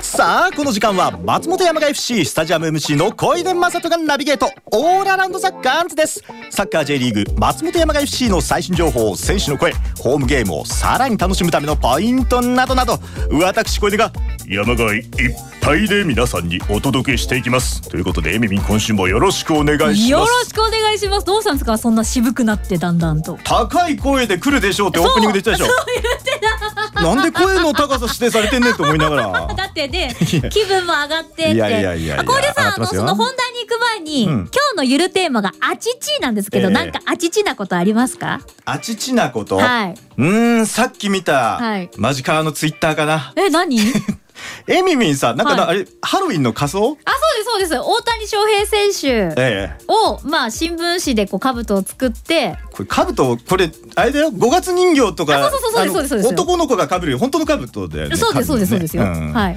さあこの時間は松本山雅 FC スタジアム MC の小出正人がナビゲートオールアラウンドサッカーアンズですサッカー J リーグ松本山雅 FC の最新情報選手の声ホームゲームをさらに楽しむためのポイントなどなど私小出が山雅いっぱいで皆さんにお届けしていきますということでエミミン今週もよろしくお願いしますよろしくお願いしますどうしたんですかそんな渋くなってだんだんと高い声で来るでしょうってオープニングで言ってたでしょなんで声の高さ指定されてんねんと 思い ながらだってね気分も上がってっていやいやいやいやあ小出上がさんっあてのますそよの本題に行く前に、うん今日のゆるテーマがあちちなんですけど、ええなんかあちちなことありますかあちちなこと、はいうーんさっき見た、はいマジカーのツイッターかなえ 何あそうですえみみんさんなんかな、はあれハロウィンの仮装そうです大谷翔平選手ええをまあ新聞紙でこう兜を作ってこれ兜これあれだよ五月人形とかあそうそうそうあですそうですそうのです男の子が被る本当の兜だよねそうですそうですそうですよ、兜ねんはい、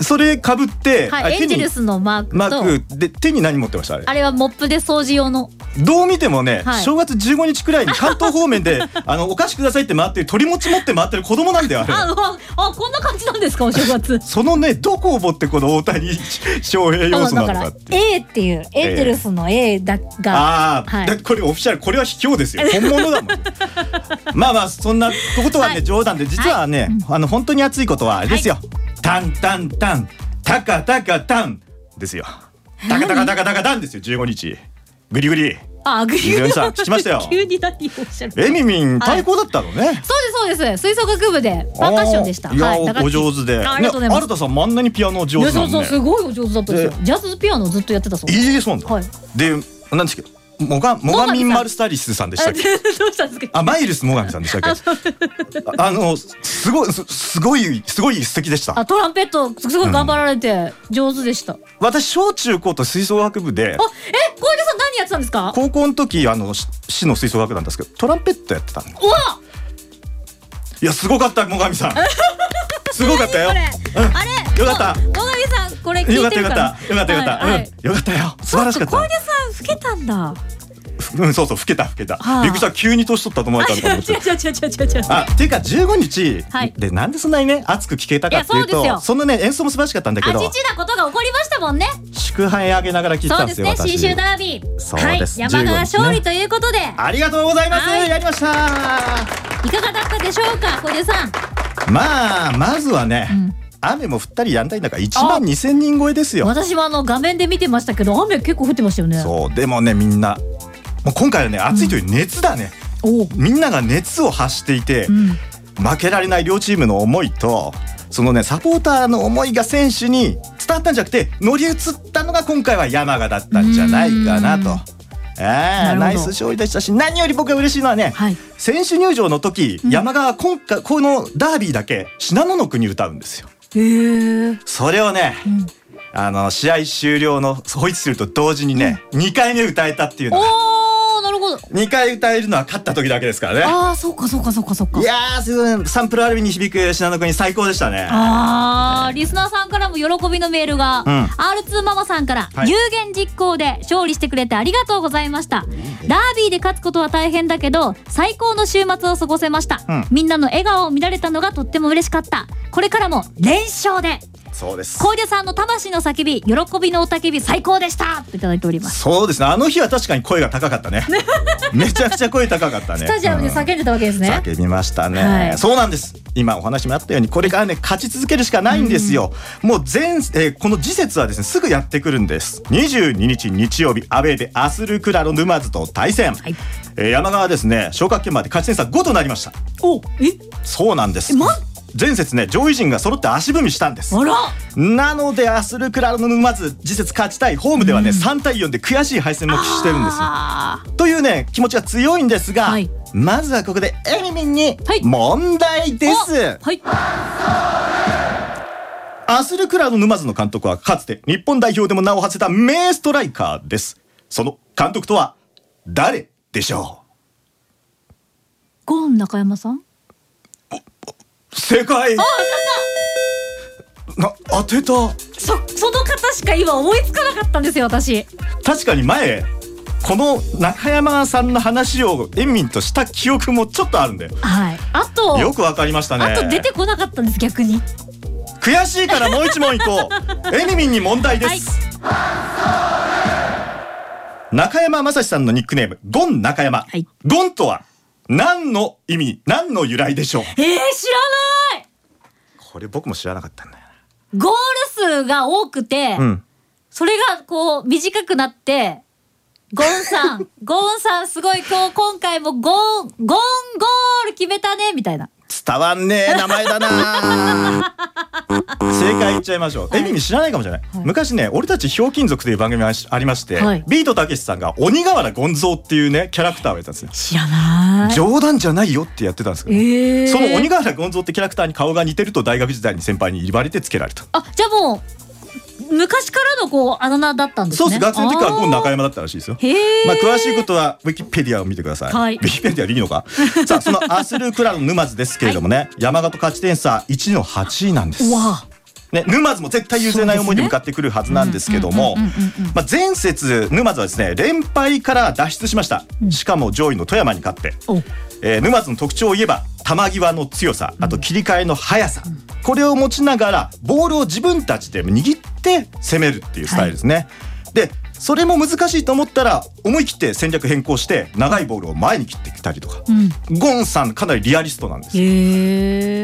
それ被って、あはい、れエンジェルにスのマークとマークで手に何持ってましたあれあれはモップで掃除用のどう見てもね、はい正月15日くらいに関東方面 であのお菓子くださいって回ってる鳥持ち持って回ってる子供なんだよあれあうわあこんな感じなんですかお正月そのねどこを持ってこの大谷翔平要あ素だなのかからっていう A っていうエンジェルスの A だが、ああ、はいだこれオフィシャルこれは卑怯 ですよ本物だもんまあまあそんなことはね、はい冗談で実はね、あの本当に熱いことはあれですよ、タンタンタンタカタカタンですよタカタカタカタカタンですよ15日グリグリあグリみのりさ ん聞きましたよ急に何をおっしゃるえみみんはい対抗だったのね、そうですそうです吹奏楽部でパーカッションでしたいやはい打楽器お上手で。あありがとうございまねす新田さんもあんなにピアノ上手いやなそうそのうすね。ごいお上手だったんですよジャズピアノをずっとやってたそうですいいそうなんだ。はいで、なんですけど、モガモガミンマルスタリスさんでしたっあどけ。うしたんですかあマイルスモガミさんでしたっけ。ああのすごいすすごいすごい素敵でしたあ。トランペットすごい頑張られて上手でした、あ私小中高と吹奏楽部で。え小出さん何やってたんですか高校の時あのし市の吹奏楽団なんですけどトランペットやってたのうわいやすごかった最上さ んすごかったよこれ、あれよかったもう野上さんこれ聞よかいってたるよかからったよかったよかった、はいはいうんよかったよ素晴らしかったそっか小出さん老けたんだうん、そうそう、老けた、老けた。はあびっくりした、急に年取ったと思われたのかと思って違う。違う違う違う違う違うあ、っていうか、15日、はいで、なんでそんなにね、熱く聞けたかっていういやそうと、ですよそのね、演奏も素晴らしかったんだけあどち。ちなことが起こりましたもんね。祝杯あげながら聞いてそたうんでですすよ、ね、私。信州ダービー。そうですはい、山川勝利ということで、ありがとうございます、はいやりましたいかがだったでしょうか、小出さん。まあ、まずはね、ん雨も降ったりやんだりなんか1万2000人超えですよ。私もあの画面で見てましたけど、雨結構降ってましたよね。そう、でもね、みんな、もう今回はね、暑いという熱だね。おうみんなが熱を発していて、うん、負けられない両チームの思いとそのねサポーターの思いが選手に伝わったんじゃなくて乗り移ったのが今回は山賀だったんじゃないかなうーんと。あなあるほどナイス勝利でしたし何より僕が嬉しいのはね、はい。選手入場の時、うん山賀は今回このダービーだけ信濃の国歌うんですよ。へえ。それをねうんあの試合終了のホイッスルと同時にね、2回目歌えたっていうのおお、なるほど。 2回歌えるのは勝った時だけですからね。ああ、そうかそうかそうかそうかい。やーすごいサンプルアルビに響く信濃の国最高でしたね。あーリスナーさんからも喜びのメールが、うん R2 ママさんから、はい有言実行で勝利してくれてありがとうございましたダービーで勝つことは大変だけど最高の週末を過ごせました、うんみんなの笑顔を見られたのがとっても嬉しかったこれからも連勝でそうです。小出さんの魂の叫び喜びの雄たけび最高でしたといただいておりますそうですね。あの日は確かに声が高か ったね。めちゃくちゃ声高かったね。スタジアムでうん叫んでたわけですね、叫びましたね、はいそうなんです今お話にもあったようにこれからね勝ち続けるしかないんですよ、もう全、えーこの次節はですねすぐやってくるんです22日日曜日アウェーでアスルクラロ沼津と対戦、はいえー山川はですね昇格圏まで勝ち点差5となりましたおえそうなんですえま前節ね上位陣が揃って足踏みしたんですあらなのでアスルクラロの沼津次節勝ちたいホームではね、3対4で悔しい敗戦も喫してるんですよ。あーというね気持ちが強いんですが、はいまずはここでエミミンにはい問題です、あはいアスルクラロ沼津の監督はかつて日本代表でも名を馳せた名ストライカーですその監督とは誰でしょゴーン中山さんう正解な当てたそその方しか今思いつかなかったんですよ私確かに前この中山さんの話をエミンとした記憶もちょっとあるんだよはいあとよくわかりましたねあと出てこなかったんです逆に悔しいからもう一問いこ うエミミンに問題です、中山雅史さんのニックネームゴン中山、はいゴンとは何の意味何の由来でしょうえー、知らないこれ僕も知らなかったんだよゴール数が多くて、なうんそれがこう短くなってゴン さんゴンさんすごい今日今回もゴンゴンゴール決めたねみたいな伝わんねえ名前だ な正解言っちゃいましょう、はいエミミン知らないかもしれない、はい昔ね俺たちひょうきん族という番組がありまして、はいビートたけしさんが鬼瓦ゴンゾーっていうねキャラクターをやってたんですよ知らな冗談じゃないよってやってたんですけど、えー、その鬼瓦ゴンゾーってキャラクターに顔が似てると大学時代に先輩に言われてつけられた。あじゃあもう昔からのこうあだ名だったんですそうねです、学生の時からこう中良山だったらしいですよ。へえ、まあ詳しいことはウィキペディアを見てください。はいウィキペディアでいいの か。さあそのアスルクラの沼津ですけれどもね、山形勝ち点差1の8位なんです。うわね沼津も絶対譲れない思いで向かってくるはずなんですけどもうんうんうんうんうん、まあ前節沼津はですね連敗から脱出しました。しかも上位の富山に勝って。おえー沼津の特徴を言えば球際の強さあと切り替えの速さ、これを持ちながらボールを自分たちで握って攻めるっていうスタイルですね。でそれも難しいと思ったら思い切って戦略変更して長いボールを前に切ってきたりとか、うんゴンさんかなりリアリストなんですよ。へ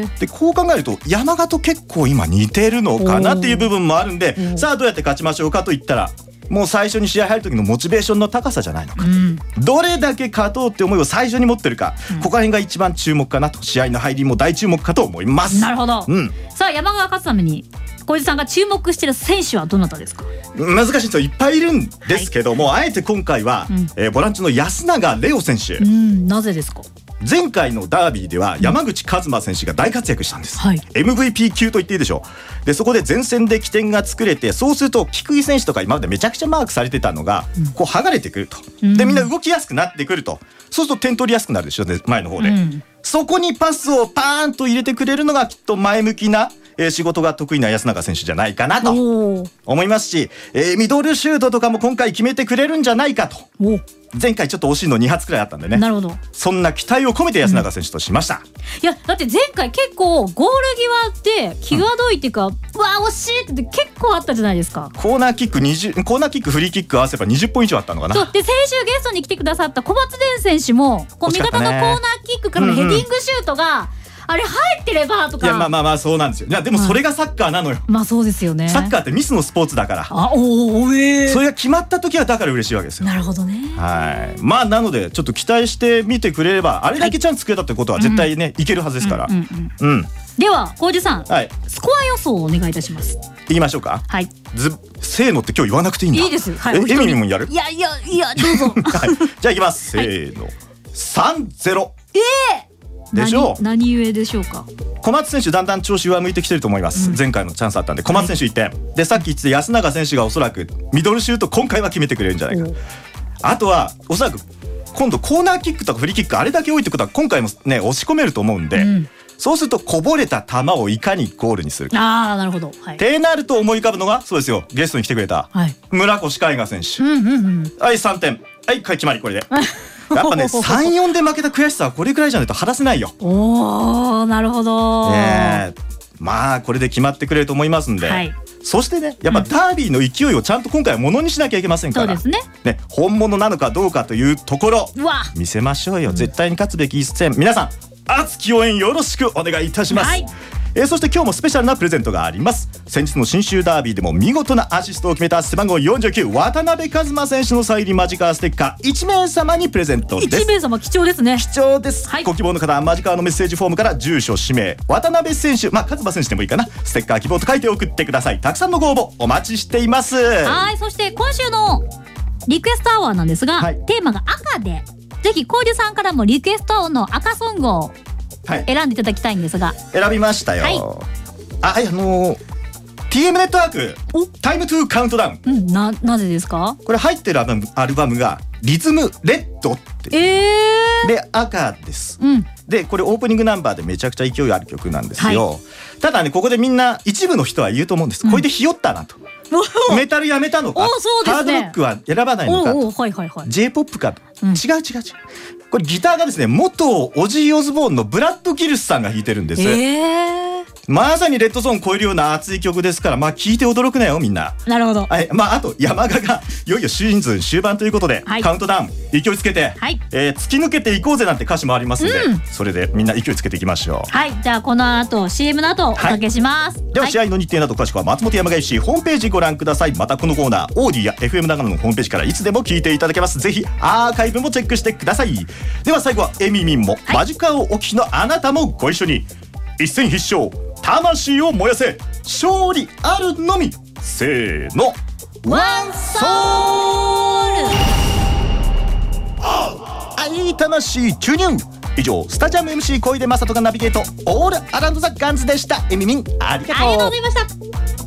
えでこう考えると山形結構今似てるのかなっていう部分もあるんでさあどうやって勝ちましょうかと言ったらもう最初に試合入る時のモチベーションの高さじゃないのかうんどれだけ勝とうって思いを最初に持ってるか、ここら辺が一番注目かなと試合の入りも大注目かと思います。なるほど、うん、さあ山川勝つために小泉さんが注目してる選手はどなたですか難しい人いっぱいいるんですけども、あえて今回は、うんえーボランチの安永レオ選手、うんなぜですか前回のダービーでは山口和馬選手が大活躍したんです、はい MVP 級と言っていいでしょうでそこで前線で起点が作れてそうすると菊井選手とか今までめちゃくちゃマークされてたのが、こう剥がれてくるとうんでみんな動きやすくなってくるとそうすると点取りやすくなるでしょね前の方で、うんそこにパスをパーンと入れてくれるのがきっと前向きな、えー仕事が得意な安永選手じゃないかなとおー思いますし、えーミドルシュートとかも今回決めてくれるんじゃないかとお前回ちょっと惜しいの2発くらいあったんでねなるほどそんな期待を込めて安永選手としました。いやだって前回結構ゴール際って際どいっていうか、うわ惜しいって結構あったじゃないですかコーナーキック20コーナーキックフリーキック合わせば20本以上あったのかそなうで先週ゲストに来てくださった小松伝選手もこう惜味しかっ方たのねコーナーキックからのヘディングシュートが、あれ入ってればといかやまあまあまあそうなんですよいやでもそれがサッカーなのよ、まあそうですよねサッカーってミスのスポーツだから、あおーおえそれが決まった時はだから嬉しいわけですよなるほどねはいまあなのでちょっと期待してみてくれればあれだけチャンスくれたってことは絶対ね、いけるはずですからうんうんうん、では浩二さん、はいスコア予想をお願いいたします言いましょうかはいずせーのって今日言わなくていいんだいいですはいえお一人エミリンもやるいやいやいやどうぞはいじゃあいきますせーの三ゼロ でしょう何何故でしょうか小松選手だんだん調子上向いてきてると思います、前回のチャンスあったんで小松選手1点、でさっき言ってた安永選手がおそらくミドルシュート今回は決めてくれるんじゃないか、あとはおそらく今度コーナーキックとかフリーキックあれだけ多いってことは今回もね押し込めると思うんで、うんそうするとこぼれた球をいかにゴールにするかああなるほどはいってなると思い浮かぶのがそうですよゲストに来てくれたはい村越海河選手、うんうんうんはい3点はい勝ちまり これでやっぱね34で負けた悔しさはこれくらいじゃないと晴らせないよ おーなるほど、ねえまあこれで決まってくれると思いますんで、はいそしてねやっぱダービーの勢いをちゃんと今回はものにしなきゃいけませんそかうらですねね本物なのかどうかというところうわ見せましょうよ、絶対に勝つべき一戦皆さん熱き応援よろしくお願いいたします、はいえーそして今日もスペシャルなプレゼントがあります先日の新州ダービーでも見事なアシストを決めた背番号49渡辺一馬選手のサイン入りマジカーステッカー1名様にプレゼントです一名様貴重ですね貴重です、はいご希望の方はマジカーのメッセージフォームから住所氏名渡辺選手まあ勝馬選手でもいいかなステッカー希望と書いて送ってくださいたくさんのご応募お待ちしていますはいそして今週のリクエストアワーなんですが、はいテーマが赤でぜひ浩二さんからもリクエストの赤ソングをはい選んでいただきたいんですが選びましたよ、はいあはいあのー TM ネットワークおタイムトゥーカウントダウンうんななぜですかこれ入ってるアルバムアルバムがリズムレッドってええで赤ですー、うんでこれオープニングナンバーでめちゃくちゃ勢いある曲なんですよ、ただねここでみんな一部の人は言うと思うんです、うんこれでひよったなとメタルやめたのかおそうですねハードロックは選ばないのかおうおうはいはいはい J-POP かと、うん違う違う違うこれギターがですね元オジー・オズボーンのブラッド・ギルスさんが弾いてるんです、ええー、まさにレッドゾーン超えるような熱い曲ですから、まあ聞いて驚くなよみんな。なるほど。はい、まああと山鹿が いよいよシーズン終盤ということで、はいカウントダウン勢いつけて、はいえー突き抜けていこうぜなんて歌詞もありますんで、うんそれでみんな勢いつけていきましょう。はい、じゃあこの後 CM の後おかけします。でははい試合の日程など詳しくは松本山雅 FC ホームページご覧くださいまたこのコーナーオーディや FM 長野のホームページからいつでも聞いていただけますぜひアーカイブもチェックしてくださいでは最後はエミミンも、マジカをお聞きのあなたもご一緒に一戦必勝魂を燃やせ勝利あるのみせーのワンソウル愛魂注入以上スタジアム MC 小出正人がナビゲートオールアラウンドザガンズでしたエミミンありがありがとうとうございました。